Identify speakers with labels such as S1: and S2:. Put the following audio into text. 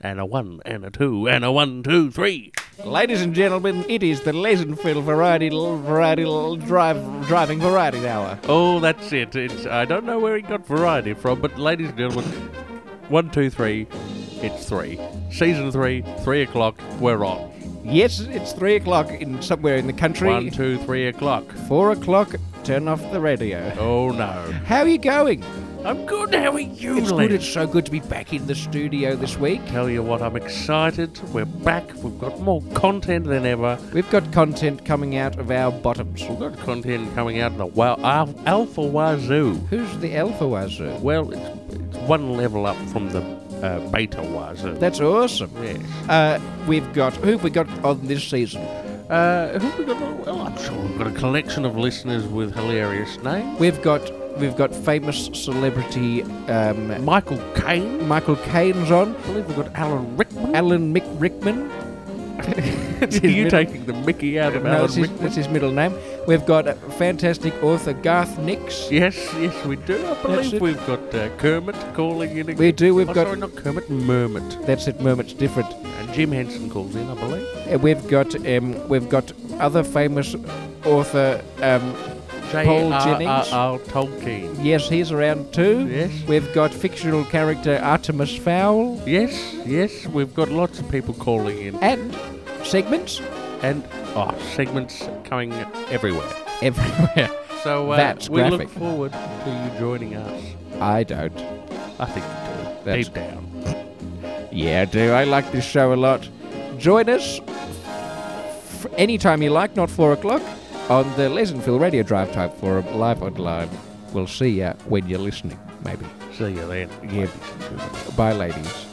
S1: And a one, and a two, and a one, two, three.
S2: Ladies and gentlemen, it is the Lesenfeld variety variety drive driving variety hour.
S1: Oh, that's it. It's, I don't know where he got variety from, but ladies and gentlemen, one, two, three, it's three. Season three, three o'clock, we're on.
S2: Yes, it's three o'clock in somewhere in the country.
S1: One, two, three o'clock.
S2: Four o'clock. Turn off the radio.
S1: Oh no.
S2: How are you going?
S1: I'm good, how are you,
S2: It's
S1: Len?
S2: good. It's so good to be back in the studio this week.
S1: Tell you what, I'm excited. We're back. We've got more content than ever.
S2: We've got content coming out of our bottoms.
S1: We've got content coming out in the wow, al- Alpha Wazoo.
S2: Who's the alpha wazoo?
S1: Well, it's, it's one level up from the uh, Beta Wazoo.
S2: That's awesome.
S1: yes.
S2: Uh, we've got who've we got on this season?
S1: Uh, who we got? Well, I'm sure we've got a collection of listeners with hilarious names.
S2: We've got we've got famous celebrity um,
S1: Michael Caine.
S2: Michael Caine's on,
S1: I believe we've got Alan Rickman.
S2: Alan Mick Rickman. That's
S1: Are
S2: his
S1: you
S2: mid-
S1: taking the mickey out of
S2: no,
S1: Alan
S2: that's his,
S1: Rickman?
S2: that's his middle name. We've got uh, fantastic author Garth Nix.
S1: Yes, yes, we do. I believe
S2: it.
S1: we've got uh, Kermit calling in.
S2: We do. We've
S1: oh,
S2: got
S1: sorry, not Kermit, Mermit.
S2: that's it. Mermit's different.
S1: And Jim Henson calls in, I believe.
S2: Uh, we've got um, we've got other famous author. Um, Paul Jennings.
S1: J.R.R. Tolkien.
S2: yes, he's around too.
S1: Yes.
S2: We've got fictional character Artemis Fowl
S1: Yes, yes, we've got lots of people calling in.
S2: and segments
S1: And, oh, segments coming everywhere.
S2: everywhere.
S1: So uh,
S2: That's
S1: we look
S2: graphic.
S1: forward to you joining us.
S2: I don't.
S1: I think you do.
S2: That's-
S1: Deep down.
S2: Yeah, I do. I like this show a lot. Join us f- anytime you like, not four o'clock, on the Lesenville Radio Drive Time Forum live online. We'll see you when you're listening, maybe.
S1: See you then.
S2: Yeah. Bye, ladies.